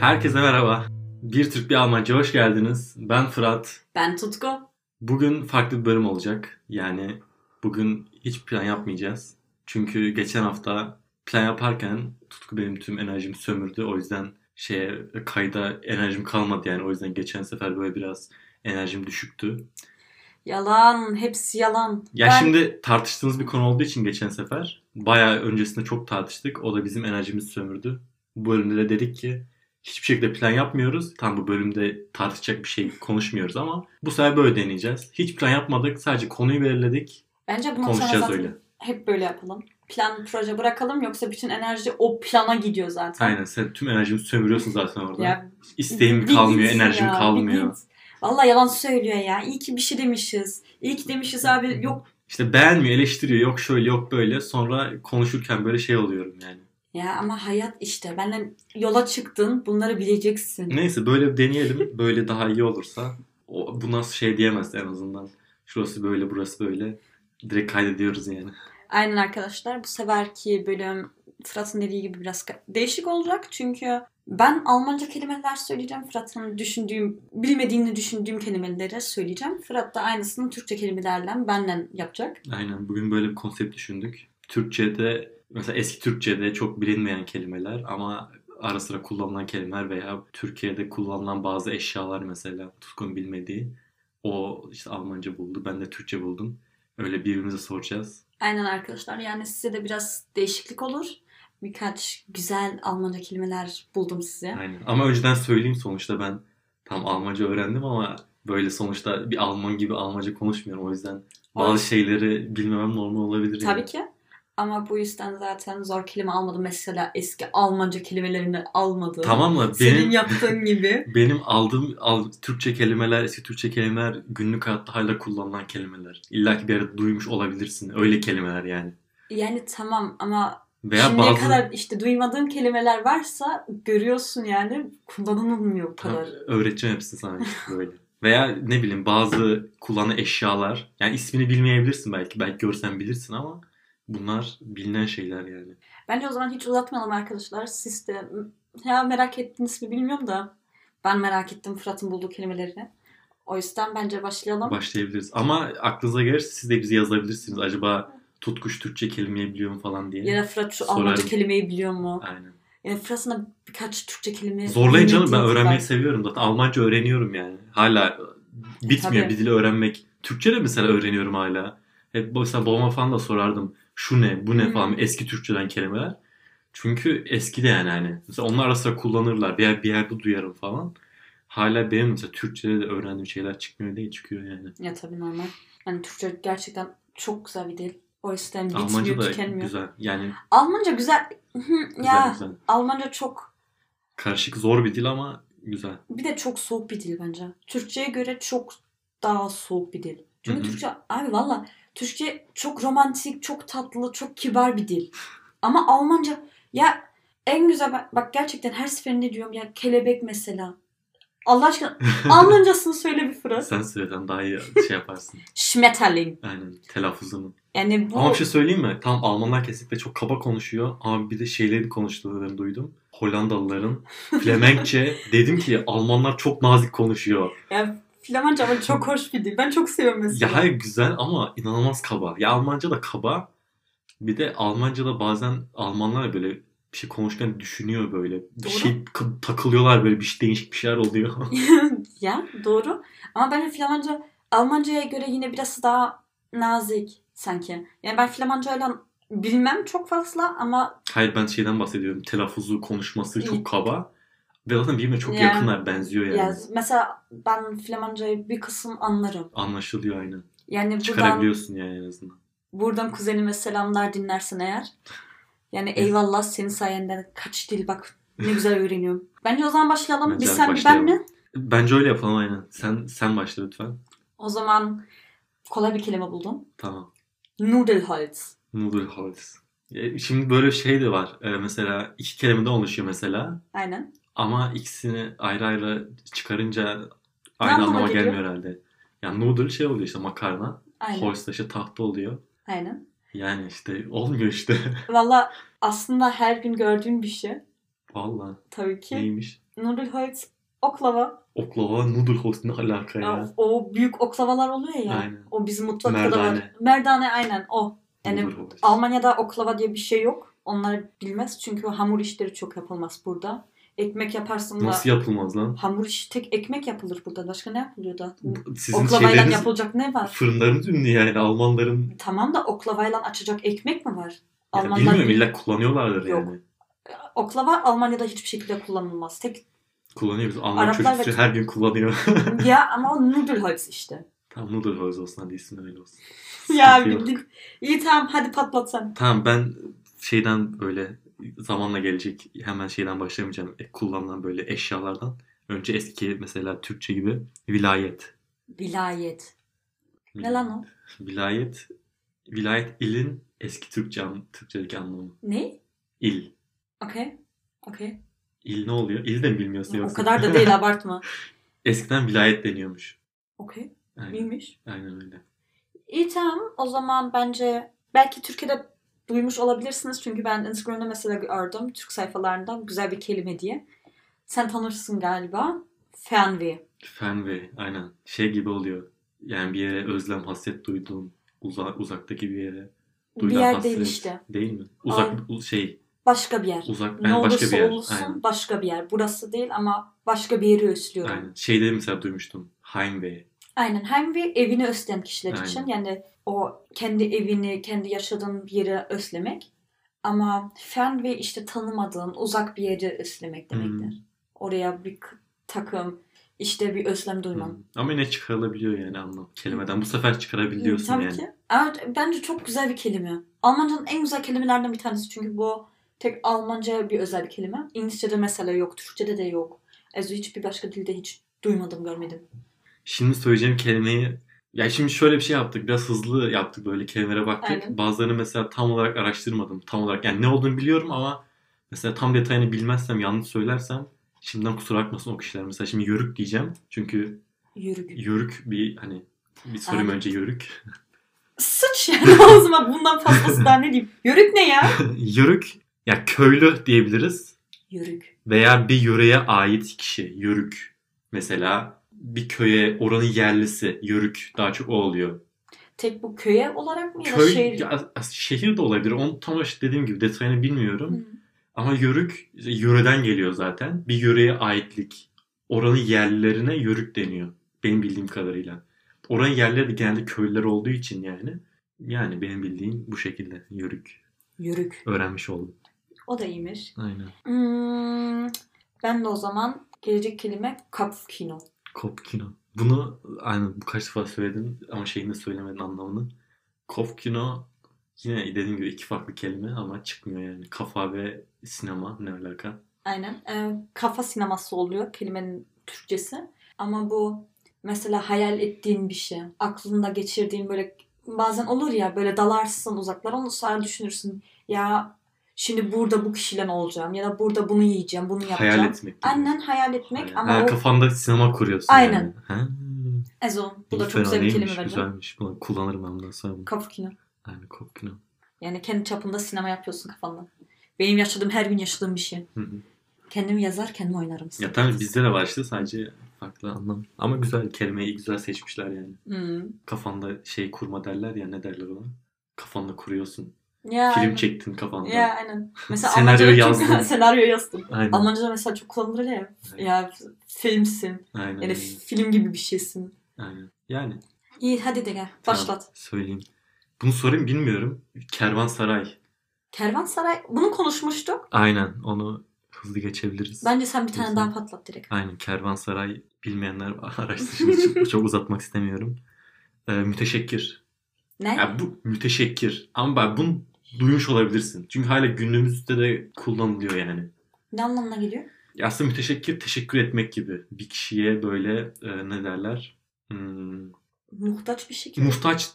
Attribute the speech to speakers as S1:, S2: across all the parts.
S1: Herkese merhaba. Bir Türk bir Almanca hoş geldiniz. Ben Fırat.
S2: Ben Tutku.
S1: Bugün farklı bir bölüm olacak. Yani bugün hiç plan yapmayacağız. Çünkü geçen hafta plan yaparken Tutku benim tüm enerjimi sömürdü. O yüzden şeye kayda enerjim kalmadı yani. O yüzden geçen sefer böyle biraz enerjim düşüktü.
S2: Yalan, hepsi yalan.
S1: Ya
S2: ben
S1: şimdi tartıştığımız bir konu olduğu için geçen sefer bayağı öncesinde çok tartıştık. O da bizim enerjimizi sömürdü. Bu bölümde de dedik ki hiçbir şekilde plan yapmıyoruz. Tam bu bölümde tartışacak bir şey konuşmuyoruz ama bu sefer böyle deneyeceğiz. Hiç plan yapmadık. Sadece konuyu belirledik.
S2: bence bundan sonra
S1: Konuşacağız
S2: zaten
S1: öyle.
S2: hep böyle yapalım. Plan proje bırakalım yoksa bütün enerji o plana gidiyor zaten.
S1: Aynen sen tüm enerjimi sömürüyorsun zaten orada.
S2: Ya,
S1: İsteğim
S2: bir git
S1: kalmıyor,
S2: ya,
S1: enerjim
S2: bir
S1: kalmıyor.
S2: git. Valla yalan söylüyor ya. İyi ki bir şey demişiz. İyi ki demişiz abi. Yok
S1: İşte beğenmiyor, eleştiriyor. Yok şöyle, yok böyle. Sonra konuşurken böyle şey oluyorum yani.
S2: ya ama hayat işte. Benle yola çıktın. Bunları bileceksin.
S1: Neyse böyle bir deneyelim. Böyle daha iyi olursa. O, bu nasıl şey diyemez en azından. Şurası böyle burası böyle. Direkt kaydediyoruz yani.
S2: Aynen arkadaşlar bu seferki bölüm Fırat'ın dediği gibi biraz ka- değişik olacak çünkü ben Almanca kelimeler söyleyeceğim. Fırat'ın düşündüğüm, bilmediğini düşündüğüm kelimeleri söyleyeceğim. Fırat da aynısını Türkçe kelimelerle benle yapacak.
S1: Aynen bugün böyle bir konsept düşündük. Türkçe'de mesela eski Türkçe'de çok bilinmeyen kelimeler ama ara sıra kullanılan kelimeler veya Türkiye'de kullanılan bazı eşyalar mesela Tutkun bilmediği. O işte Almanca buldu, ben de Türkçe buldum. Öyle birbirimize soracağız.
S2: Aynen arkadaşlar yani size de biraz değişiklik olur. Birkaç güzel Almanca kelimeler buldum size.
S1: Aynen. Ama önceden söyleyeyim sonuçta ben tam Almanca öğrendim ama böyle sonuçta bir Alman gibi Almanca konuşmuyorum. O yüzden bazı şeyleri bilmemem normal olabilir. yani.
S2: Tabii ki. Ama bu yüzden zaten zor kelime almadım. Mesela eski Almanca kelimelerini almadım.
S1: Tamam mı?
S2: Senin
S1: Benim
S2: yaptığın gibi.
S1: benim aldığım al, Türkçe kelimeler, eski Türkçe kelimeler günlük hayatta hala kullanılan kelimeler. İlla ki bir yerde duymuş olabilirsin. Öyle kelimeler yani.
S2: Yani tamam ama
S1: Veya
S2: Şimdiye
S1: bazı
S2: kadar işte duymadığım kelimeler varsa görüyorsun yani kullanılmıyor bu
S1: Tam
S2: kadar.
S1: öğreteceğim hepsini sana işte böyle. Veya ne bileyim bazı kullanılan eşyalar. Yani ismini bilmeyebilirsin belki. Belki görsen bilirsin ama bunlar bilinen şeyler yani.
S2: Bence o zaman hiç uzatmayalım arkadaşlar. Siz de ya merak ettiniz mi bilmiyorum da ben merak ettim Fırat'ın bulduğu kelimeleri. O yüzden bence başlayalım.
S1: Başlayabiliriz. Ama aklınıza gelirse siz de bizi yazabilirsiniz. Acaba tutkuş Türkçe kelimeyi biliyor mu falan diye.
S2: ya da Fırat şu
S1: Sorarım.
S2: Almanca kelimeyi biliyor mu?
S1: Aynen.
S2: Yani Fırat'ın da birkaç Türkçe kelime
S1: Zorlayın canım ben
S2: bilmediğini
S1: öğrenmeyi
S2: fark-
S1: seviyorum. Zaten Almanca öğreniyorum yani. Hala bitmiyor
S2: Tabii.
S1: bir dili öğrenmek. Türkçe de mesela öğreniyorum hala. Hep mesela babama falan da sorardım. Şu ne, bu ne
S2: Hı.
S1: falan eski Türkçeden kelimeler. Çünkü eski de yani hani. Mesela onlar ara sıra kullanırlar. Bir, yer, bir yerde duyarım falan. Hala benim mesela Türkçede de öğrendiğim şeyler çıkmıyor değil çıkıyor yani.
S2: Ya tabii normal. Yani Türkçe gerçekten çok güzel bir dil. O yüzden
S1: Almanca
S2: bitmiyor,
S1: da
S2: tükenmiyor.
S1: güzel. Yani
S2: Almanca güzel. ya
S1: güzel güzel.
S2: Almanca çok
S1: Karışık zor bir dil ama güzel.
S2: Bir de çok soğuk bir dil bence. Türkçe'ye göre çok daha soğuk bir dil. Çünkü
S1: Hı hı.
S2: Türkçe abi valla Türkçe çok romantik, çok tatlı, çok kibar bir dil. Ama Almanca ya en güzel bak, bak gerçekten her seferinde diyorum ya kelebek mesela. Allah aşkına Almancasını söyle bir Fırat.
S1: Sen söyleden daha iyi şey yaparsın.
S2: Schmetterling.
S1: Aynen telaffuzunu.
S2: Yani bu
S1: Ama bir şey söyleyeyim mi? Tam Almanlar kesinlikle çok kaba konuşuyor. Ama bir de şeyleri konuştuklarını duydum. Hollandalıların Flemenkçe. Dedim ki Almanlar çok nazik konuşuyor.
S2: ya, Flamanca ama çok hoş bir dil. Ben çok seviyorum mesela.
S1: Ya hayır güzel ama inanılmaz kaba. Ya Almanca da kaba. Bir de Almanca'da bazen Almanlar böyle bir şey konuşurken düşünüyor böyle. Bir
S2: Doğru.
S1: şey k- takılıyorlar böyle bir şey değişik bir şeyler oluyor.
S2: ya doğru. Ama bence Flamanca Almanca'ya göre yine biraz daha nazik sanki. Yani ben Flamanca'yla bilmem çok fazla ama
S1: Hayır ben şeyden bahsediyorum. Telaffuzu, konuşması çok kaba. Ve zaten birbirine çok
S2: Ya.
S1: yakınlar benziyor yani.
S2: ya mesela ben Flamanca'yı bir kısım anlarım.
S1: Anlaşılıyor aynen.
S2: Yani buradan
S1: Çıkarabiliyorsun yani en azından.
S2: buradan kuzenime selamlar dinlersen eğer. Yani eyvallah senin sayende kaç dil bak ne güzel öğreniyorum. Bence o zaman başlayalım.
S1: Bence
S2: Biz sen bir ben
S1: başlayalım.
S2: mi?
S1: Bence öyle yapalım aynen. Sen sen başla lütfen.
S2: O zaman kolay bir kelime buldum.
S1: Tamam.
S2: Nudelholz.
S1: Nudelholz. E, Şimdi böyle şey de var. E, mesela iki kelimeden oluşuyor mesela.
S2: Aynen.
S1: Ama ikisini ayrı ayrı çıkarınca
S2: Ne
S1: aynı
S2: anlama
S1: anlama
S2: geliyor?
S1: gelmiyor herhalde. Yani noodle şey oluyor işte makarna.
S2: Aynen.
S1: Holz da işte tahta oluyor.
S2: Aynen.
S1: Yani işte olmuyor işte.
S2: Valla aslında her gün gördüğüm bir şey
S1: Vallahi
S2: tabii ki.
S1: neymiş?
S2: Nurul Hoyt oklava.
S1: Oklava Nudelholz ne alaka ya?
S2: Ya, o büyük oklavalar oluyor ya.
S1: Aynen.
S2: O bizim mutfakta da var.
S1: Merdane.
S2: Merdane aynen o. Yani
S1: Nudelholz.
S2: Almanya'da oklava diye bir şey yok. Onlar bilmez çünkü o hamur işleri çok yapılmaz burada. Ekmek yaparsın da
S1: Nasıl yapılmaz lan?
S2: hamur işi tek ekmek yapılır burada. Başka ne yapılıyor da?
S1: Bu- Sizin
S2: Oklavayla
S1: şeyleriniz,
S2: yapılacak ne var?
S1: fırınlarınız ünlü yani Almanların.
S2: Tamam da oklavayla açacak ekmek mi var?
S1: Yani bilmiyorum illa kullanıyorlardır
S2: Yok.
S1: yani.
S2: Oklava Almanya'da hiçbir şekilde kullanılmaz. Tek
S1: Kullanıyor biz. Alman
S2: Araplar
S1: çocukları
S2: ve-
S1: her gün kullanıyor.
S2: ya ama o Nudelholz işte.
S1: tamam Nudelholz olsun hadi ismi öyle olsun.
S2: ya
S1: Sıkıntı yok.
S2: bildik. İyi tamam hadi patlat sen.
S1: Tamam ben şeyden böyle zamanla gelecek hemen şeyden başlamayacağım. E, kullanılan böyle eşyalardan. Önce eski mesela Türkçe gibi vilayet.
S2: Vilayet. Ne lan o?
S1: Vilayet. Vilayet ilin eski Türkçe an- Türkçedeki anlamı.
S2: Ne?
S1: İl.
S2: Okey. Okey.
S1: İl ne oluyor? İl de mi bilmiyorsun
S2: O
S1: yoksa?
S2: kadar da değil abartma.
S1: Eskiden vilayet deniyormuş.
S2: Okey.
S1: Aynen,
S2: İyiymiş.
S1: aynen öyle.
S2: İyi tamam. O zaman bence belki Türkiye'de duymuş olabilirsiniz. Çünkü ben Instagram'da mesela gördüm. Türk sayfalarından güzel bir kelime diye. Sen tanırsın galiba. Fenvi.
S1: Fenve aynen. Şey gibi oluyor. Yani bir yere özlem, hasret duyduğun uza- uzaktaki bir yere.
S2: Bir
S1: Duyulan
S2: yer değil
S1: hasret.
S2: işte.
S1: Değil mi? Uzak u- şey
S2: Başka bir yer.
S1: uzak
S2: ne
S1: yani başka
S2: olursa
S1: bir yer.
S2: olsun
S1: Aynen.
S2: başka bir yer. Burası değil ama başka bir yeri özlüyorum. Aynen.
S1: Aynen. Şeyde mesela duymuştum. Heimweh.
S2: Hem bir evini özleyen kişiler
S1: Aynen.
S2: için yani o kendi evini, kendi yaşadığın bir yeri özlemek. Ama fen ve işte tanımadığın uzak bir yeri özlemek
S1: Hmm.
S2: demektir. Oraya bir k- takım işte bir
S1: Hmm.
S2: özlem duyman.
S1: Hı. Ama yine çıkarılabiliyor yani anlam. Kelimeden bu
S2: Hmm.
S1: sefer çıkarabiliyorsun
S2: Tabii
S1: yani.
S2: ki. Evet, bence çok güzel bir kelime. Almanca'nın en güzel kelimelerden bir tanesi çünkü bu tek Almanca bir özel kelime. İngilizce'de mesela yok, Türkçe'de de yok. Ezo hiçbir başka dilde hiç duymadım, görmedim.
S1: Şimdi söyleyeceğim kelimeyi ya şimdi şöyle bir şey yaptık. Biraz hızlı yaptık böyle kelimelere baktık.
S2: Aynen.
S1: Bazılarını mesela tam olarak araştırmadım. Tam olarak yani ne olduğunu biliyorum ama mesela tam detayını bilmezsem yanlış söylersem şimdiden kusura bakmasın o kişiler. Mesela şimdi yörük diyeceğim. Çünkü
S2: Yürü.
S1: yörük bir hani bir sorayım
S2: Aynen.
S1: önce yörük.
S2: Sıç yani ağzıma bundan fazlası daha ne diyeyim. Yörük ne ya?
S1: yörük ya köylü diyebiliriz.
S2: Yörük.
S1: veya bir yöreye ait kişi, yörük. Mesela bir köye oranın yerlisi, yörük daha çok o oluyor.
S2: Tek bu köye olarak mı ya da
S1: Köy,
S2: şehir?
S1: ya as- as- şehir de olabilir. Onu tam olarak dediğim gibi detayını bilmiyorum.
S2: Hı.
S1: Ama yörük işte yöreden geliyor zaten. Bir yöreye aitlik. Oranın yerlilerine yörük deniyor. Benim bildiğim kadarıyla. Oranın yerleri de genelde köylüler olduğu için yani. Yani benim bildiğim bu şekilde yörük.
S2: Yörük.
S1: Öğrenmiş oldum.
S2: O da iyiymiş.
S1: Aynen.
S2: Hmm, ben de o zaman gelecek kelime kapkino.
S1: Kopkino. Bunu aynen bu kaç defa söyledin ama şeyini de söylemedin anlamını. Kopkino yine dediğim gibi iki farklı kelime ama çıkmıyor yani. Kafa ve sinema ne alaka?
S2: Aynen. Ee, kafa sineması oluyor kelimenin Türkçesi. Ama bu mesela hayal ettiğin bir şey. Aklında geçirdiğin böyle bazen olur ya böyle dalarsın uzaklara onu sonra düşünürsün. Ya şimdi burada bu kişiyle olacağım ya da burada bunu yiyeceğim bunu yapacağım.
S1: Hayal etmek. gibi.
S2: Annen hayal etmek
S1: Hayal.
S2: ama
S1: ha,
S2: o
S1: kafanda sinema kuruyorsun.
S2: Aynen.
S1: Yani. Ha.
S2: Ezo. Bu da
S1: İyi,
S2: çok güzel bir
S1: değilmiş,
S2: kelime bence.
S1: Güzelmiş. Bunu kullanırım ben bundan sonra.
S2: Kafkino.
S1: Aynen kopkino.
S2: Yani kendi çapında sinema yapıyorsun kafanda. Benim yaşadığım her gün yaşadığım bir şey.
S1: Hı hı.
S2: Kendim yazar kendim oynarım.
S1: Ya tabii bizde de var işte sadece farklı anlam. Ama güzel kelimeyi güzel seçmişler yani.
S2: Hmm.
S1: Kafanda şey kurma derler ya ne derler ona? Kafanda kuruyorsun.
S2: Ya,
S1: Film
S2: aynen.
S1: çektin kafanda.
S2: Ya aynen. Mesela
S1: Senaryo
S2: Almanca'da
S1: yazdın.
S2: Çok, senaryo yazdım.
S1: Aynen.
S2: Almanca'da mesela çok kullanılır ya.
S1: Aynen.
S2: Ya filmsin.
S1: Aynen.
S2: Yani
S1: öyle.
S2: film gibi bir şeysin.
S1: Aynen. Yani.
S2: İyi hadi de gel.
S1: tamam,
S2: Başlat.
S1: söyleyeyim. Bunu sorayım bilmiyorum. Kervansaray.
S2: Kervansaray. Bunu konuşmuştuk.
S1: Aynen. Onu hızlı geçebiliriz.
S2: Bence sen bir tane
S1: Kesin.
S2: daha patlat direkt.
S1: Aynen. Kervansaray bilmeyenler araştırsın. çok, çok uzatmak istemiyorum. Ee, müteşekkir.
S2: Ne?
S1: Yani bu müteşekkir. Ama ben bunu duymuş olabilirsin. Çünkü hala günümüzde de kullanılıyor yani.
S2: Ne anlamına geliyor?
S1: Ya Aslında müteşekkir teşekkür etmek gibi. Bir kişiye böyle e, ne derler? Hmm,
S2: Muhtaç bir şey gibi.
S1: muhtaç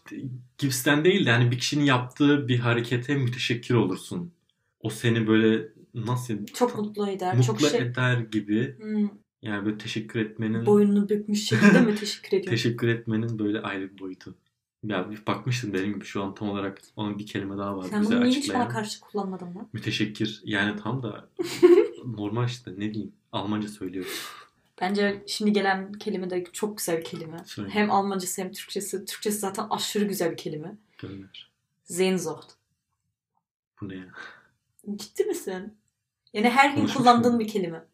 S1: gibisinden değil de hani bir kişinin yaptığı bir harekete müteşekkir olursun. O seni böyle nasıl
S2: Çok mutlu eder.
S1: mutlu
S2: çok şey.
S1: eder gibi.
S2: Hmm,
S1: Yani böyle teşekkür etmenin
S2: boynunu bükmüş şekilde mi teşekkür ediyor?
S1: teşekkür etmenin böyle ayrı bir boyutu. Ya bir bakmıştım dediğim gibi şu an tam olarak onun bir kelime daha var.
S2: Sen
S1: bize
S2: bunu niye hiç
S1: açıklayan.
S2: bana karşı kullanmadın lan?
S1: Müteşekkir yani tam da normal işte ne diyeyim. Almanca söylüyoruz.
S2: Bence şimdi gelen kelime de çok güzel bir kelime.
S1: Söyle.
S2: Hem Almancası hem Türkçesi. Türkçesi zaten aşırı güzel bir kelime.
S1: Gönder.
S2: Sehnsucht.
S1: Bu ne ya?
S2: Ciddi misin? Yani her gün
S1: Konuşmuş
S2: kullandığın bir kelime.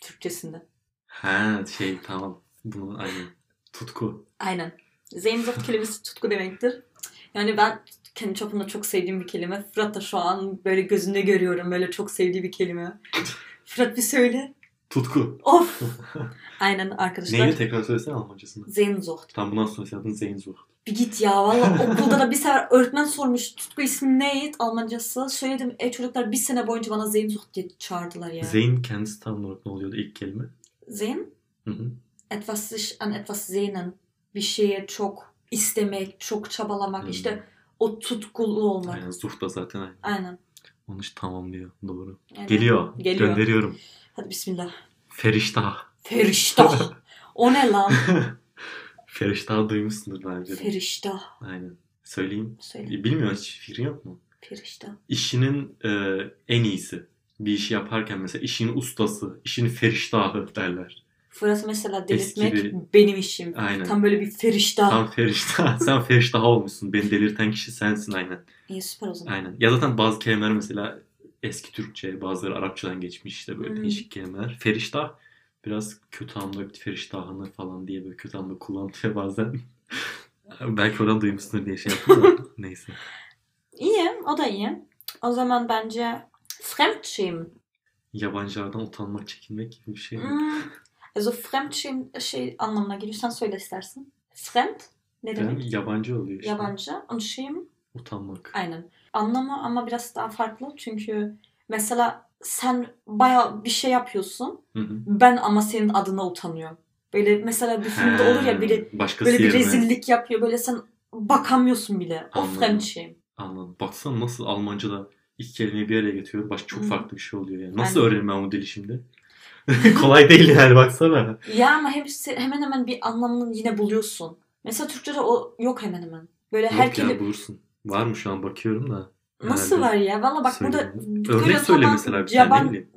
S2: Türkçesinde.
S1: Ha şey tamam. Bunu aynen. Tutku.
S2: Aynen. Sehnsucht kelimesi tutku demektir. Yani ben kendi çapımda çok sevdiğim bir kelime. Fırat da şu an böyle gözünde görüyorum. Böyle çok sevdiği bir kelime. Fırat bir söyle.
S1: Tutku.
S2: Of! Aynen arkadaşlar.
S1: Neydi tekrar söylesene Almancasını.
S2: Sehnsucht.
S1: Tam bundan sonra yaptın Sehnsucht.
S2: Bir git ya valla okulda da bir sefer öğretmen sormuş tutku ismi neydi Almancası. Söyledim e çocuklar bir sene boyunca bana Sehnsucht diye çağırdılar ya.
S1: Zeyn kendisi tam olarak ne oluyordu ilk kelime?
S2: Zehn,
S1: Hı hı.
S2: etwas sich an etwas sehnen. Bir şeye çok istemek, çok çabalamak,
S1: Hı.
S2: işte o tutkulu olmak.
S1: Aynen Zuh da zaten Hmm. aynen.
S2: Aynen.
S1: Onu işte tamamlıyor. Doğru.
S2: Aynen.
S1: Geliyor.
S2: Geliyor.
S1: Gönderiyorum.
S2: Hadi bismillah.
S1: Feriştah.
S2: Feriştah. o ne lan?
S1: Feriştah duymuşsundur bence. de.
S2: Feriştah.
S1: Aynen. Söyleyeyim. E,
S2: Söyle.
S1: Bilmiyorum hiç fikrin yok mu?
S2: Feriştah.
S1: İşinin e, en iyisi. Bir işi yaparken mesela işin ustası, işin feriştahı derler.
S2: Fırat mesela
S1: Eski
S2: delirtmek
S1: bir-
S2: benim işim.
S1: Aynen. Tam,
S2: Tam böyle bir feriştah.
S1: feriştah. Sen feriştah olmuşsun. Beni delirten kişi sensin aynen.
S2: İyi süper o zaman.
S1: Aynen. Ya zaten bazı kelimeler mesela eski Türkçe, bazıları Arapçadan geçmiş işte böyle
S2: Hmm.
S1: değişik kelimeler. Feriştah biraz kötü anlamda feriştahını falan diye böyle kötü anlamda kullanılıyor bazen. Belki oradan duymuşsundur diye şey yaptım da. Neyse.
S2: İyi, o da iyi. O zaman bence Fremdschämen.
S1: Yabancılardan utanmak, çekinmek gibi bir şey. mi?
S2: Hmm. Also Fremdschämen şey anlamına geliyor. Sen söyle istersin. Fremd ne demek?
S1: Yani yabancı oluyor işte.
S2: Yabancı. Und Schämen
S1: Utanmak.
S2: Aynen. Anlamı ama biraz daha farklı. Çünkü mesela sen baya bir şey yapıyorsun.
S1: Hı hı.
S2: Ben ama senin adına utanıyorum. Böyle mesela bir filmde
S1: Ha,
S2: olur ya biri
S1: başkası
S2: böyle bir
S1: yerine-
S2: rezillik yapıyor. Böyle sen bakamıyorsun bile. O
S1: Anladım.
S2: Fremdschämen.
S1: Anladım. Baksana nasıl Almanca'da iki kelimeyi bir araya getiriyor. Baş çok
S2: Hı.
S1: farklı bir şey oluyor yani. Nasıl
S2: Aynen.
S1: öğrenmem o dili şimdi? Kolay değil yani baksana.
S2: Ya ama hepsi hemen hemen bir anlamını yine buluyorsun. Mesela Türkçe'de o yok hemen hemen. Böyle her
S1: Yok
S2: kelime...
S1: ya bulursun. Var mı şu an bakıyorum da.
S2: Nasıl
S1: Herhalde.
S2: var ya? Valla bak
S1: Söyle.
S2: burada
S1: Örnek
S2: böyle
S1: söyle
S2: tamam,
S1: mesela bir tane ne
S2: yaban,
S1: bileyim.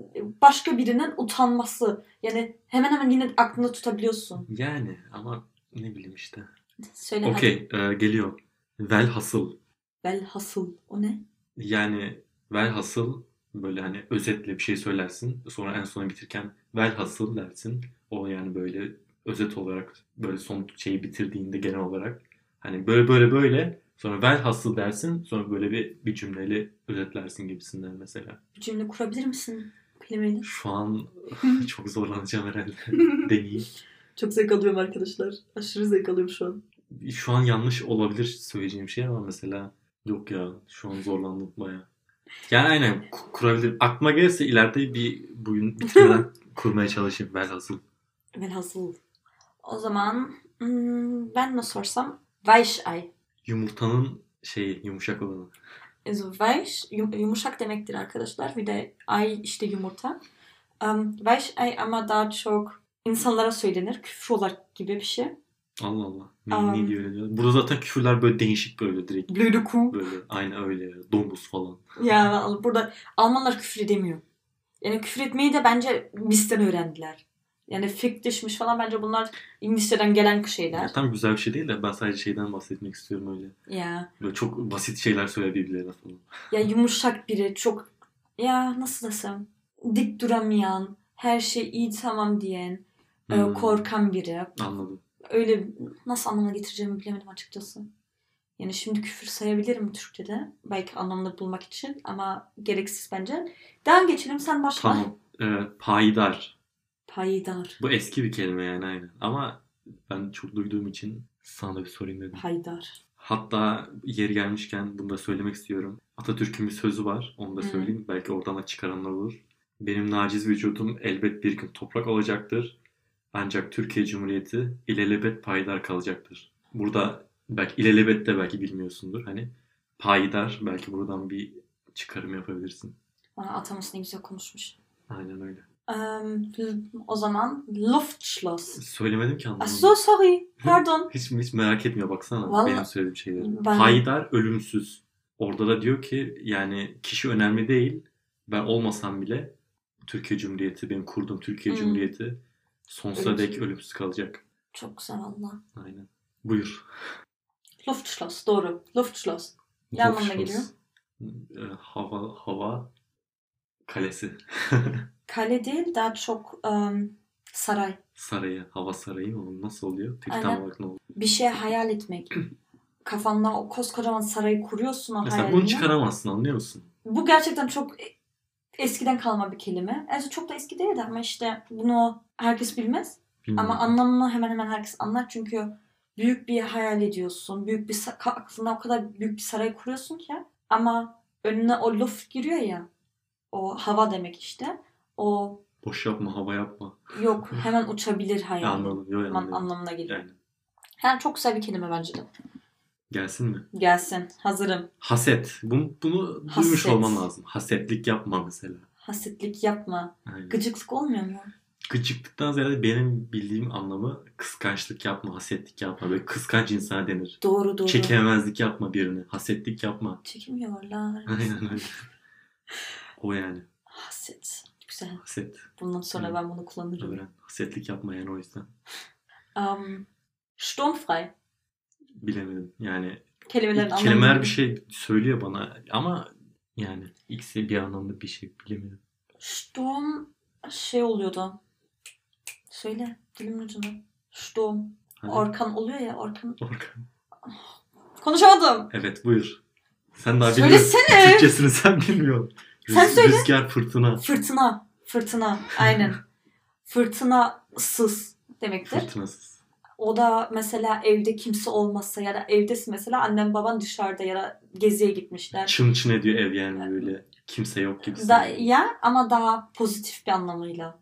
S2: başka birinin utanması. Yani hemen hemen yine aklında tutabiliyorsun.
S1: Yani ama ne bileyim işte.
S2: Söyle hadi.
S1: Okey e, geliyor. Velhasıl.
S2: Velhasıl. O ne?
S1: Yani velhasıl böyle hani özetle bir şey söylersin. Sonra en sona bitirken velhasıl dersin. O yani böyle özet olarak böyle son şeyi bitirdiğinde genel olarak hani böyle böyle böyle sonra velhasıl dersin. Sonra böyle bir, bir cümleyle özetlersin gibisinden mesela.
S2: Bir cümle kurabilir misin kelimeyle?
S1: Şu an çok zorlanacağım herhalde. Deneyeyim.
S2: Çok zevk alıyorum arkadaşlar. Aşırı zevk alıyorum şu an.
S1: Şu an yanlış olabilir söyleyeceğim şey ama mesela yok ya şu an zorlandım baya. Yani aynen ku- kurabilirim. Aklıma gelirse ileride bir bugün bitirmeden kurmaya çalışayım velhasıl.
S2: Velhasıl. O zaman hmm, ben ne sorsam? Weichei.
S1: Yumurtanın şeyi yumuşak olanı.
S2: Also weich yum- yumuşak demektir arkadaşlar. Bir de ay işte yumurta. Um, Weichei ama daha çok insanlara söylenir. Küfür olarak gibi bir şey.
S1: Allah Allah.
S2: Aa.
S1: Ne, ne diyor öyle diyor. Burada zaten küfürler böyle değişik böyle direkt.
S2: Blöde Kuh.
S1: Böyle aynı öyle domuz falan.
S2: Ya burada Almanlar küfür edemiyor. Yani küfür etmeyi de bence bizden öğrendiler. Yani fick düşmüş falan bence bunlar İngilizceden gelen şeyler.
S1: Tam güzel bir şey değil de ben sadece şeyden bahsetmek istiyorum öyle.
S2: Ya
S1: Böyle çok basit şeyler söyle birbirlerine falan.
S2: ya yumuşak biri çok ya nasıl desem dik duramayan, her şey iyi tamam diyen, e,
S1: Hmm,
S2: korkan biri.
S1: Anladım.
S2: Öyle nasıl anlamına getireceğimi bilemedim açıkçası. Yani şimdi küfür sayabilirim Türkçe'de. Belki anlamını bulmak için ama gereksiz bence. Devam geçelim sen başla.
S1: Tamam. Ee, payidar.
S2: Paydar.
S1: Bu eski bir kelime yani aynen. Ama ben çok duyduğum için sana da bir sorayım dedim.
S2: Paydar.
S1: Hatta yeri gelmişken bunu da söylemek istiyorum. Atatürk'ün bir sözü var. Onu da
S2: Hı.
S1: söyleyeyim. Belki oradan da çıkaranlar olur. Benim naciz vücudum elbet bir gün toprak olacaktır. Ancak Türkiye Cumhuriyeti ilelebet payidar kalacaktır. Burada belki ilelebet de belki bilmiyorsundur. Hani payidar belki buradan bir çıkarım yapabilirsin.
S2: Bana atamız ne güzel konuşmuş.
S1: Aynen öyle.
S2: Em, o zaman Luftschloss.
S1: Söylemedim ki
S2: Ah,
S1: anlamadım.
S2: so sorry. Pardon.
S1: Hiç, hiç merak etmiyor baksana
S2: Vallahi-
S1: benim söylediğim şeyleri.
S2: Ben-
S1: Haydar ölümsüz. Orada da diyor ki yani kişi önemli değil. Ben olmasam bile Türkiye Cumhuriyeti, benim kurduğum Türkiye
S2: Hı.
S1: Cumhuriyeti sonsuza
S2: Ölümsüz.
S1: dek ölümsüz kalacak.
S2: Çok güzel valla.
S1: Aynen. Buyur.
S2: Luftschloss doğru. Luftschloss. Ne anlamına geliyor?
S1: Ee, Hava, hava kalesi.
S2: Kale değil daha çok ım, saray.
S1: Sarayı, hava sarayı mı? O Nasıl oluyor? Peki
S2: Aynen.
S1: tam olarak ne oluyor?
S2: Bir şey hayal etmek. Kafanda o koskocaman sarayı kuruyorsun o
S1: Mesela
S2: hayalini.
S1: bunu çıkaramazsın anlıyor musun?
S2: Bu gerçekten çok e, eskiden kalma bir kelime. Yani çok da eski değil de ama işte bunu herkes bilmez.
S1: Bilmiyorum.
S2: Ama anlamını hemen hemen herkes anlar çünkü büyük bir hayal ediyorsun. Büyük bir sa- ka- aklına o kadar büyük bir saray kuruyorsun ki ama önüne o luft giriyor ya. O hava demek işte. O
S1: Boş yapma, hava yapma.
S2: yok hemen uçabilir hayal.
S1: Hmm. Anladım. Yok
S2: Man-
S1: anladım.
S2: anlamına geliyor.
S1: Yani.
S2: Yani çok güzel bir kelime bence de.
S1: Gelsin mi?
S2: Gelsin. Hazırım.
S1: Haset. Bunu, bunu duymuş
S2: Haset.
S1: olman lazım. Hasetlik yapma mesela.
S2: Hasetlik yapma.
S1: Aynen.
S2: Gıcıklık olmuyor mu? ya?
S1: Gıcıklıktan ziyade benim bildiğim anlamı kıskançlık yapma, hasetlik yapma. Böyle kıskanç insana denir.
S2: Doğru doğru.
S1: Çekememezlik yapma birine. Hasetlik yapma.
S2: Çekemiyorlar.
S1: Aynen öyle. o yani.
S2: Haset. Güzel.
S1: Haset.
S2: Bundan sonra
S1: Hı.
S2: ben bunu kullanırım.
S1: Öğren. Hasetlik yapma yani o yüzden.
S2: Um, sturmfrei.
S1: Bilemedim. Yani
S2: Kelimelerin anlamı.
S1: kelimeler bir şey söylüyor bana ama yani ikisi bir anlamda bir şey bilemedim.
S2: Sturm şey oluyordu. Söyle dilimin ucunu. Sturm.
S1: Hani-
S2: Orkan oluyor ya Orkan.
S1: Orkan.
S2: Konuşamadım.
S1: Evet buyur. Sen daha biliyorsun.
S2: Söylesene.
S1: Türkçesini sen bilmiyorsun.
S2: Sen
S1: Rüz-
S2: söyle.
S1: Rüzgar fırtına.
S2: Fırtına. Fırtına. Aynen. Fırtınasız demektir.
S1: Fırtınasız.
S2: O da mesela evde kimse olmazsa ya da evdesin mesela annen baban dışarıda ya da geziye gitmişler.
S1: Çın çın ediyor ev yani böyle. Kimse yok gibi.
S2: Da, ya ama daha pozitif bir anlamıyla.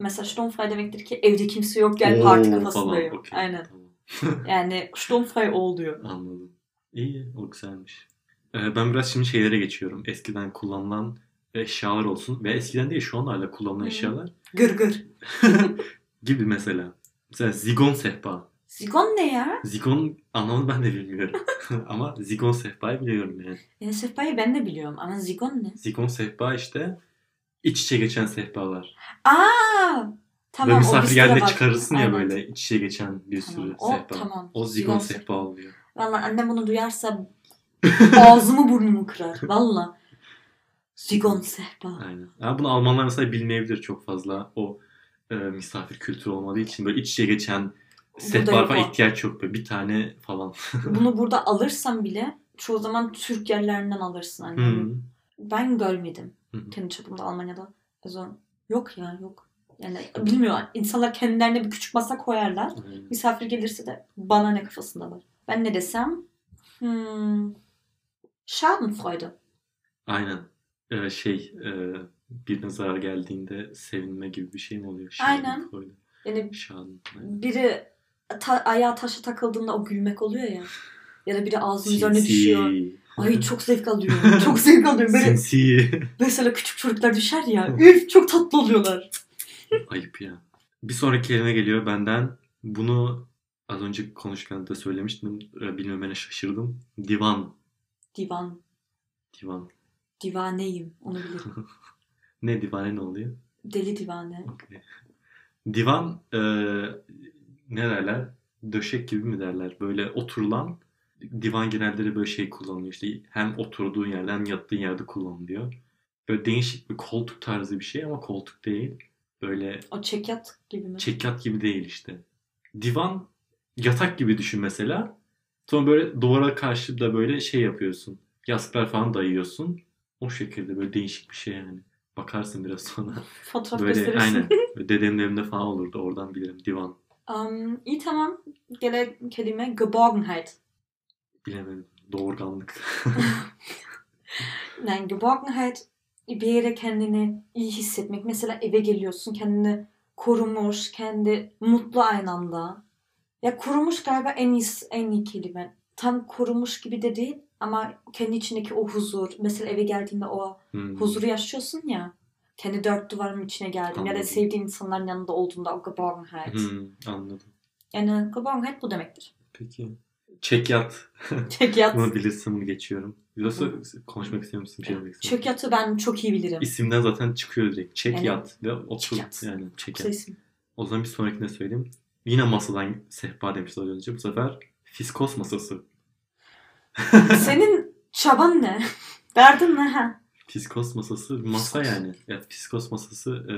S2: Mesela Sturmfrei demektir ki evde kimse yok gel parti
S1: Oo,
S2: kafasındayım.
S1: falan. Okey,
S2: Aynen.
S1: Tamam.
S2: Yani Sturmfrei o diyor.
S1: Anladım. İyi, o güzelmiş. Ee, ben biraz şimdi şeylere geçiyorum. Eskiden kullanılan eşyalar olsun. Ve eskiden değil şu an hala kullanılan
S2: Hı.
S1: eşyalar.
S2: Gır gır.
S1: gibi mesela. Mesela zigon sehpa.
S2: Zigon ne ya?
S1: Zigon anlamını ben de bilmiyorum. Ama zigon sehpayı biliyorum yani.
S2: Yani sehpayı ben de biliyorum ama zigon ne?
S1: Zigon sehpa işte iç içe geçen sehpalar.
S2: Aa!
S1: böyle
S2: Tamam o
S1: misafir geldiğinde
S2: bak.
S1: çıkarırsın ya
S2: Aynen.
S1: böyle iç içe geçen bir
S2: Tamam,
S1: sürü
S2: o
S1: sehpa.
S2: tamam.
S1: O zigon
S2: Zigon
S1: sehpa oluyor.
S2: Valla annem bunu duyarsa ağzımı burnumu kırar. Valla. Zigon sehpa.
S1: Aynen. Ama bunu Almanlar mesela bilmeyebilir çok fazla. O e, misafir kültürü olmadığı için böyle iç içe geçen sehpa
S2: yok
S1: falan
S2: o.
S1: ihtiyaç yok. Böyle bir tane falan.
S2: Bunu burada alırsan bile çoğu zaman Türk yerlerinden alırsın annem.
S1: Hmm.
S2: Ben görmedim.
S1: Hı hı.
S2: Kendi çapımda Almanya'da. O zaman yok ya yok. Yani bilmiyor. İnsanlar kendilerine bir küçük masa koyarlar.
S1: Aynen.
S2: Misafir gelirse de bana ne kafasında var. Ben ne desem? Hmm. Schadenfreude.
S1: Aynen. E, şey e, birine zarar geldiğinde sevinme gibi bir şey mi oluyor?
S2: Aynen.
S1: Schadenfreude.
S2: Yani
S1: Schaden. Aynen.
S2: biri ta- ayağa taşa takıldığında o gülmek oluyor ya. Ya da biri ağzının üzerine
S1: Sinsi.
S2: düşüyor. Ay çok zevk alıyorum. Çok zevk alıyorum. Böyle,
S1: Sinsi.
S2: mesela küçük çocuklar düşer ya. Üf çok tatlı oluyorlar.
S1: Ayıp ya. Bir sonraki kelime geliyor benden. Bunu az önce konuşurken de söylemiştim. E, Bilmemene şaşırdım. Divan.
S2: Divan.
S1: Divan.
S2: Divaneyim. Onu bilirim.
S1: Ne divane ne oluyor?
S2: Deli divane.
S1: Okey. Divan e, ne derler? Döşek gibi mi derler? Böyle oturulan divan genelde de böyle şey kullanılıyor. İşte hem oturduğun yerde hem yattığın yerde kullanılıyor. Böyle değişik bir koltuk tarzı bir şey ama koltuk değil. Böyle
S2: O çekyat gibi mi?
S1: çekyat gibi değil işte. Divan yatak gibi düşün mesela. Sonra böyle duvara karşı da böyle şey yapıyorsun. Yastıklar falan dayıyorsun. O şekilde böyle değişik bir şey yani. Bakarsın biraz sonra.
S2: Fotoğraf
S1: Böyle
S2: gösterirsin.
S1: aynen. Böyle Dedemin evinde falan olurdu. Oradan bilirim. Divan.
S2: Um, iyi tamam. Gelen kelime geborgenheit.
S1: Bilemedim. Doğurganlık.
S2: Yani geborgenheit bir yere kendini iyi hissetmek. Mesela eve geliyorsun kendini korumuş, kendi mutlu aynı anda. Ya korumuş galiba en iyi, en iyi kelime. Tam korumuş gibi de değil ama kendi içindeki o huzur. Mesela eve geldiğinde o
S1: Hmm.
S2: huzuru yaşıyorsun ya. Kendi dört duvarın içine geldim. Ya da
S1: Anladım.
S2: sevdiğin insanların yanında olduğunda o geborgenheit.
S1: Hmm, anladım.
S2: Yani geborgenheit bu demektir.
S1: Peki. Çekyat.
S2: Çek yat.
S1: Bunu bilirsin bunu geçiyorum. Nasıl konuşmak istiyor musun? Bir şey demek istiyor musun?
S2: Çökyatı ben çok iyi bilirim.
S1: İsimden zaten çıkıyor direkt. Çek
S2: Evet.
S1: yat ve otur.
S2: yat.
S1: Yani çek yat.
S2: Sesim.
S1: O zaman bir sonrakine söyleyeyim. Yine masadan sehpa demişti az önce. Bu sefer fiskos masası.
S2: Senin çaban ne? Derdin ne? Ha.
S1: Fiskos masası masa
S2: Fiskos.
S1: yani. Ya fiskos masası e,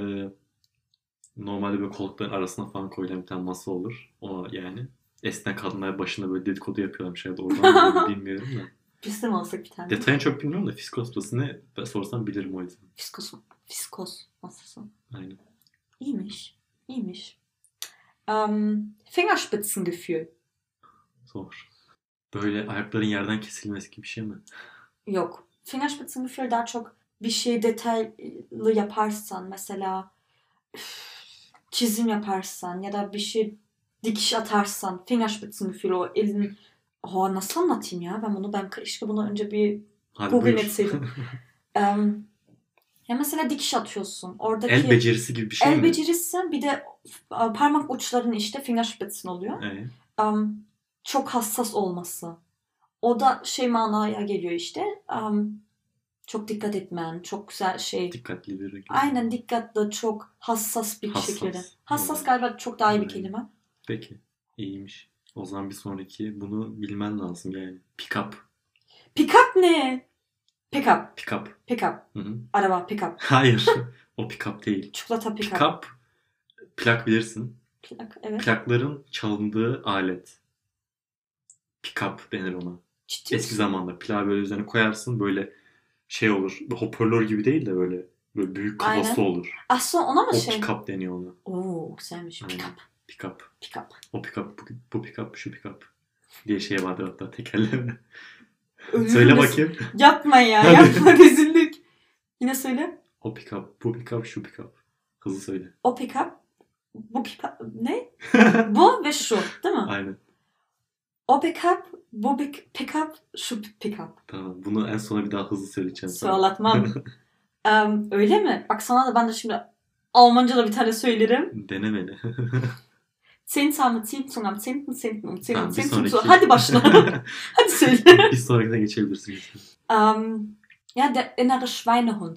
S1: normalde böyle koltukların arasına falan koyulan bir tane masa olur. O yani. Esnek kadınlar başında böyle dedikodu yapıyorlarmış herhalde. Oradan mı bilmiyorum da.
S2: Biz de mi alsak bir tane?
S1: Detayını çok bilmiyorum da fiskos masası ne? Ben sorsam bilirim o yüzden.
S2: Fiskos, fiskos masası.
S1: Aynen.
S2: İyiymiş. İyiymiş. Um, Fingerspitzengefühl.
S1: Zor. Böyle ayakların yerden kesilmesi gibi bir şey mi?
S2: Yok. Fingerspitzengefühl daha çok bir şeyi detaylı yaparsan mesela üf, çizim yaparsan ya da bir şey dikiş atarsan Fingerspitzengefühl o elin Oha nasıl anlatayım ya ben bunu ben keşke bunu önce bir
S1: Hadi
S2: Google
S1: buyur.
S2: etseydim. Em, ya mesela dikiş atıyorsun. Oradaki
S1: El becerisi gibi bir şey
S2: el
S1: mi?
S2: becerisi bir de e, parmak uçlarının işte fingerspitzen oluyor.
S1: Ee,
S2: um, çok hassas olması. O da şey manaya geliyor işte. um, çok dikkat etmen, çok güzel şey.
S1: dikkatli bir
S2: Aynen dikkatli, çok hassas bir
S1: Hassas.
S2: şekilde. Hassas
S1: Evet.
S2: galiba çok daha iyi bir
S1: Aynen.
S2: kelime.
S1: Peki. İyiymiş. O zaman bir sonraki bunu bilmen lazım yani. Pick up.
S2: Pick up ne? Pick up,
S1: Pick up.
S2: pick up.
S1: Hı hı.
S2: Araba pick up.
S1: Hayır. o pick up değil.
S2: Çikolata pick,
S1: Pick
S2: up.
S1: up plak bilirsin.
S2: Plak, evet.
S1: Plakların çalındığı alet. Pick up denir ona. Eski
S2: Ciddi misin?
S1: zamanda plağı böyle üzerine koyarsın böyle şey olur. Hoparlör gibi değil de böyle böyle büyük
S2: Aynen.
S1: kafası olur.
S2: Aslında ona mı
S1: O
S2: şey?
S1: pick up deniyor ona.
S2: Oo güzelmiş. Pick
S1: Aynen.
S2: up,
S1: Pick up.
S2: pick up.
S1: O pick up, bu, bu pick up, şu pick up diye şey vardır hatta tekerleme.
S2: Ölürüm
S1: Söyle
S2: biz-
S1: bakayım.
S2: Yapma ya,
S1: Hadi.
S2: yapma rezillik. Yine söyle.
S1: O pick up, bu pick up, şu pick up. Hızlı söyle.
S2: O pick up. Bu pick up. Ne? Bu ve şu. Değil mi?
S1: Aynen.
S2: O pickup, bu pick- pickup, şu pickup.
S1: Tamam. Bunu en sona bir daha hızlı söyleyeceğim. sana.
S2: Sağlatmam. Em, öyle mi? Bak sana da ben de şimdi Almanca da bir tane söylerim.
S1: Dene beni.
S2: Zehn Zahme, zehn Zungen, am zehnten, zehnten, um zehnten,
S1: Tamam, bir
S2: zehnten
S1: sonraki. şey.
S2: zu- Hadi başla. Hadi söyle.
S1: bir sonrakine geçebilirsin. lütfen.
S2: Em, ja, der innere Schweinehund.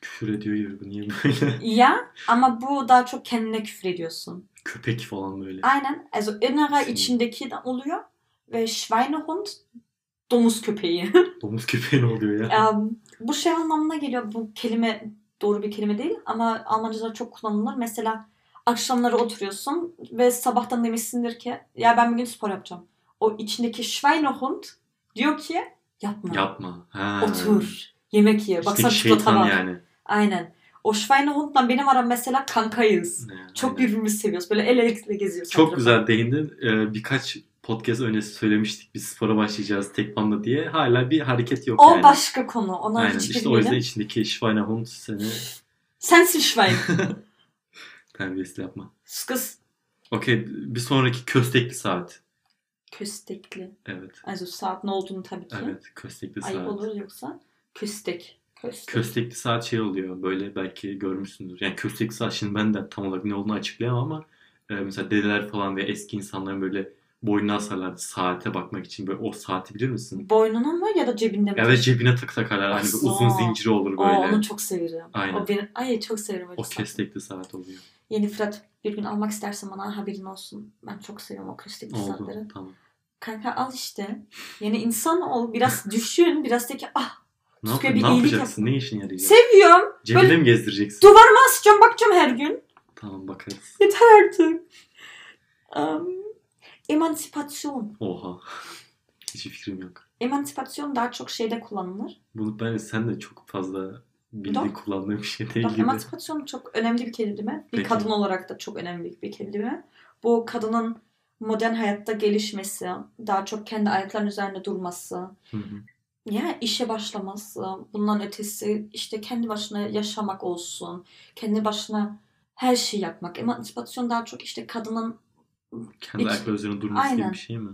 S1: Küfür ediyor gibi bu niye böyle?
S2: Ja, ama bu daha çok kendine küfür ediyorsun.
S1: Köpek falan böyle.
S2: Aynen. Also innere
S1: Şimdi.
S2: içindeki de oluyor. Ve Schweinehund domuz köpeği.
S1: Domuz köpeği ne oluyor ya?
S2: Em, bu şey anlamına geliyor. Bu kelime doğru bir kelime değil ama Almanca'da çok kullanılır. Mesela akşamları oturuyorsun ve sabahtan demişsindir ki ya ben bugün spor yapacağım. O içindeki Schweinehund diyor ki yapma,
S1: Yapma. Ha.
S2: otur, yemek ye.
S1: İşte
S2: Baksana çikolata
S1: şeytan
S2: var.
S1: yani.
S2: Aynen. O Schweinehund'la benim aram mesela kankayız.
S1: Yani,
S2: Çok
S1: aynen.
S2: birbirimizi seviyoruz. Böyle el ele geziyoruz.
S1: Çok
S2: her
S1: güzel değindin. Ee, birkaç podcast öncesi söylemiştik biz spora başlayacağız tekvando diye. Hala bir hareket yok
S2: tarafa. O
S1: yani.
S2: başka konu. Ona
S1: Aynen
S2: hiç
S1: işte o
S2: girmeyelim.
S1: yüzden içindeki Schweinehund seni
S2: Sensin Schwein.
S1: terbiyesiz yapma.
S2: Sus Kız
S1: Okey bir sonraki köstekli saat.
S2: köstekli.
S1: Evet.
S2: Also saat ne olduğunu tabii ki.
S1: Evet köstekli
S2: Ayıp
S1: saat.
S2: olur yoksa köstek. Köstek.
S1: Köstekli saat şey oluyor böyle belki görmüşsündür. Yani köstekli saat şimdi ben de tam olarak ne olduğunu açıklayamam ama e, mesela dedeler falan veya eski insanların böyle boynuna asarlardı saate bakmak için. Böyle o saati bilir misin?
S2: Boynuna mı ya da cebinde mi?
S1: Evet cebine tak takarlar. Hani bir uzun
S2: Asla.
S1: zinciri olur
S2: Aa,
S1: böyle.
S2: onu çok severim.
S1: Aynen.
S2: O benim, ay çok severim öyle
S1: O
S2: saat.
S1: köstekli saat oluyor.
S2: Yeni Fırat bir gün almak istersen bana haberin olsun. Ben çok seviyorum o köstekli saatleri.
S1: Oldu. Tamam.
S2: Kanka al işte. Yani insan ol. Biraz düşün. Biraz de ki ah
S1: Ne,
S2: Çünkü
S1: yap-
S2: bir
S1: ne
S2: iyilik
S1: yapacaksın? Ne işin yarayacak?
S2: seviyorum.
S1: Cebine
S2: böyle-
S1: mi gezdireceksin?
S2: Duvarıma asacağım bakacağım her gün.
S1: Tamam bakarız.
S2: Yeter artık. Um, emansipasyon.
S1: Oha. Hiç fikrim yok.
S2: Emansipasyon daha çok şeyde kullanılır.
S1: Bunu ben sen de çok fazla bildiğin
S2: Yok.
S1: kullandığın bir şey değil
S2: Bak
S1: gibi.
S2: emansipasyon çok önemli bir kelime. Bir
S1: Peki.
S2: kadın olarak da çok önemli bir kelime. Bu kadının modern hayatta gelişmesi, daha çok kendi ayaklarının üzerinde durması,
S1: Hı hı.
S2: ya işe başlaması, bundan ötesi işte kendi başına yaşamak olsun, kendi başına her şey yapmak. Emansipasyon daha çok işte kadının
S1: Kendi
S2: Hiç-
S1: ayakları üzerine durması
S2: Aynen.
S1: gibi bir şey mi?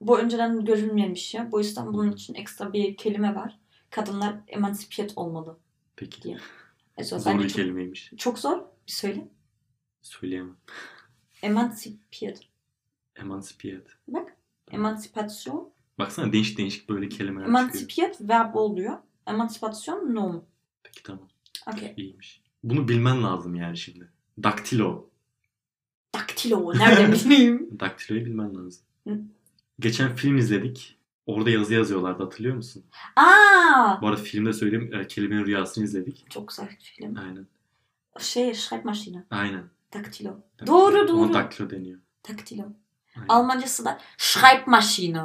S2: bu önceden görünmeyen bir şey. Bu yüzden bunun için ekstra bir kelime var. Kadınlar emansipiyet olmalı.
S1: Peki.
S2: Diye. Mesela
S1: Zor
S2: bence
S1: bir
S2: çok,
S1: kelimeymiş.
S2: çok zor. Bir söyle.
S1: Söyleyemem.
S2: Emansipiyet.
S1: Emansipiyet.
S2: Bak. Emansipasyon
S1: Baksana değişik değişik böyle kelimeler çıkıyor.
S2: Emancipiyet verb oluyor. Emancipasyon nom.
S1: Peki tamam.
S2: Okey.
S1: İyiymiş. Bunu bilmen lazım yani şimdi. Daktilo.
S2: Daktilo. Nereden bileyim?
S1: Daktiloyu bilmen lazım.
S2: Hı.
S1: Geçen film izledik. Orada yazı yazıyorlardı hatırlıyor musun?
S2: Aa!
S1: Bu arada filmde söyleyeyim e, kelimenin rüyasını izledik.
S2: Çok güzel film.
S1: Aynen.
S2: Şey, Schreibmaschine.
S1: Aynen.
S2: Daktilo.
S1: Daktilo.
S2: Doğru, doğru.
S1: Ona daktilo deniyor.
S2: Daktilo.
S1: Aynen.
S2: Almancası da Schreibmaschine.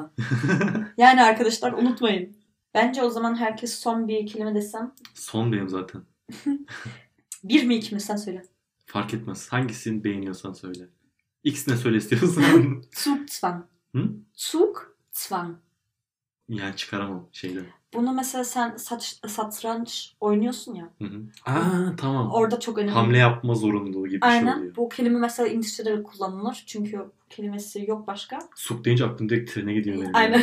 S2: Yani arkadaşlar unutmayın. Bence o zaman herkes son bir kelime desem.
S1: Son benim zaten.
S2: Bir mi iki mi sen söyle.
S1: Fark etmez. Hangisini beğeniyorsan söyle. İkisini de söyle istiyorsan.
S2: Zugzwang.
S1: Hı?
S2: Zugzwang.
S1: yani çıkaramam şeyden.
S2: Bunu mesela sen saç, satranç oynuyorsun ya.
S1: Hı hı. Aa tamam.
S2: Orada çok önemli.
S1: Hamle yapma zorunluluğu gibi bir şey
S2: Aynen.
S1: oluyor.
S2: Bu kelime mesela İngilizce'de de kullanılır. Çünkü kelimesi yok başka.
S1: Suk deyince aklım direkt trene gidiyor benim.
S2: Aynen.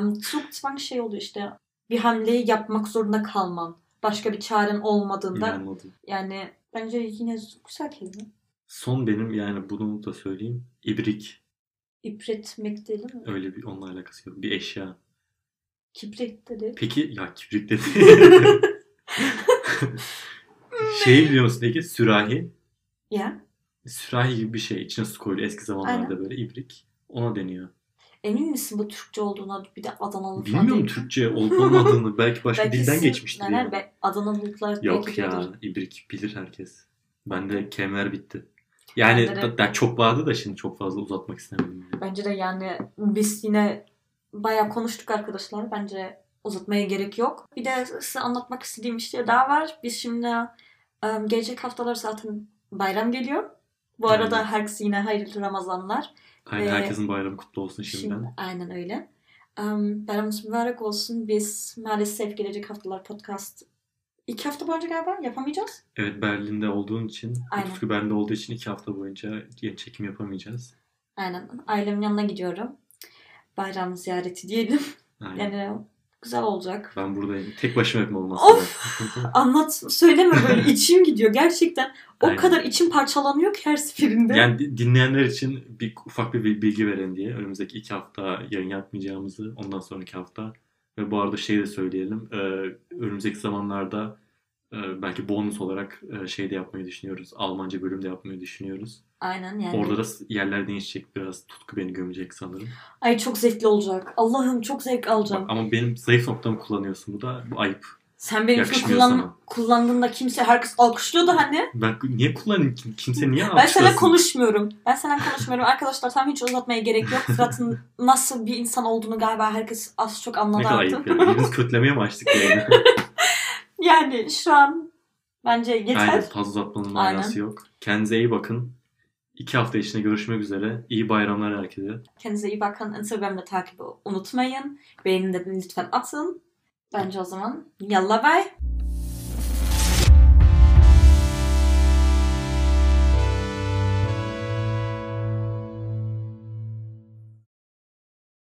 S2: Um, Zugzwang şey oluyor işte. Bir hamleyi yapmak zorunda kalman. Başka bir çaren olmadığında. Yani,
S1: Anladım.
S2: bence yine güzel kelime.
S1: Son benim yani bunu da söyleyeyim. İbrik.
S2: İbretmek değil mi?
S1: Öyle bir onunla alakası yok. Bir eşya.
S2: Kibrit de değil.
S1: Peki ya kibrit dedi. Şeyi Şey biliyor musun peki? Sürahi.
S2: Ya.
S1: Sürahi gibi bir şey. İçine su koyuluyor. Eski zamanlarda böyle ibrik. Ona deniyor.
S2: Emin misin bu Türkçe olduğuna bir de Adanalı falan
S1: Bilmiyorum
S2: değil mi?
S1: Türkçe olup olmadığını. Belki başka
S2: Belki
S1: dilden
S2: isim-
S1: geçmiştir.
S2: Neler
S1: yani.
S2: be- Adanalılar
S1: Yok
S2: belki
S1: ya.
S2: diyordur.
S1: ibrik bilir herkes. Bende kelimeler bitti. Yani
S2: Bende de.
S1: da, da çok vardı da şimdi çok fazla uzatmak istemedim. yani.
S2: Bence de yani biz yine bayağı konuştuk arkadaşlar. Bence uzatmaya gerek yok. Bir de size anlatmak istediğim bir şey daha var. Biz şimdi em, gelecek haftalar zaten bayram geliyor. Bu arada
S1: Aynen.
S2: herkese yine hayırlı Ramazanlar.
S1: Aynen
S2: Ve-
S1: Hani herkesin bayramı kutlu olsun
S2: Şimdi,
S1: şimdiden.
S2: aynen öyle. Um, bayramımız mübarek olsun. Biz maalesef gelecek haftalar podcast iki hafta boyunca galiba yapamayacağız.
S1: Evet Berlin'de olduğun için,
S2: Aynen.
S1: Utku Berlin'de olduğu için iki hafta boyunca yeni çekim yapamayacağız.
S2: Aynen. Ailemin yanına gidiyorum. Bayram ziyareti diyelim.
S1: Aynen.
S2: Yani güzel olacak.
S1: Ben buradayım. Tek başıma yapma olmaz.
S2: Anlat, söyleme böyle içim gidiyor gerçekten. O
S1: Aynen.
S2: kadar içim parçalanıyor ki her seferinde.
S1: yani di- dinleyenler için bir ufak bir bil- bilgi verelim diye. Önümüzdeki iki hafta yayın yapmayacağımızı, ondan sonraki hafta. Ve bu arada şey de söyleyelim. e, önümüzdeki zamanlarda e, belki bonus olarak e, şey de yapmayı düşünüyoruz. Almanca bölüm de yapmayı düşünüyoruz.
S2: Aynen yani.
S1: Orada da s- yerler değişecek biraz. Tutku beni gömecek sanırım.
S2: Ay çok zevkli olacak. Allah'ım çok zevk alacağım.
S1: Bak, ama benim zayıf noktamı kullanıyorsun. Bu da bu ayıp.
S2: Sen benim için
S1: yakışmıyor sana.
S2: kullan, kullandığında kimse herkes alkışlıyordu hani.
S1: Ben niye kullanayım? Kim- Kimse niye
S2: Ben
S1: alkışlasın?
S2: sana konuşmuyorum. Ben sana konuşmuyorum. Arkadaşlar tam hiç uzatmaya gerek yok. Fırat'ın nasıl bir insan olduğunu galiba herkes az çok anladı
S1: Ne kadar
S2: artık.
S1: ayıp yani. Birimiz kötülemeye mi açtık yani?
S2: Yani şu an bence yeter.
S1: Aynen fazla uzatmanın manası yok. Kendinize iyi bakın. İki hafta içinde görüşmek üzere. İyi bayramlar herkese.
S2: Kendinize iyi bakın. Instagram'da takibi unutmayın. Beğeni de lütfen atın. Bence o zaman yalla bay.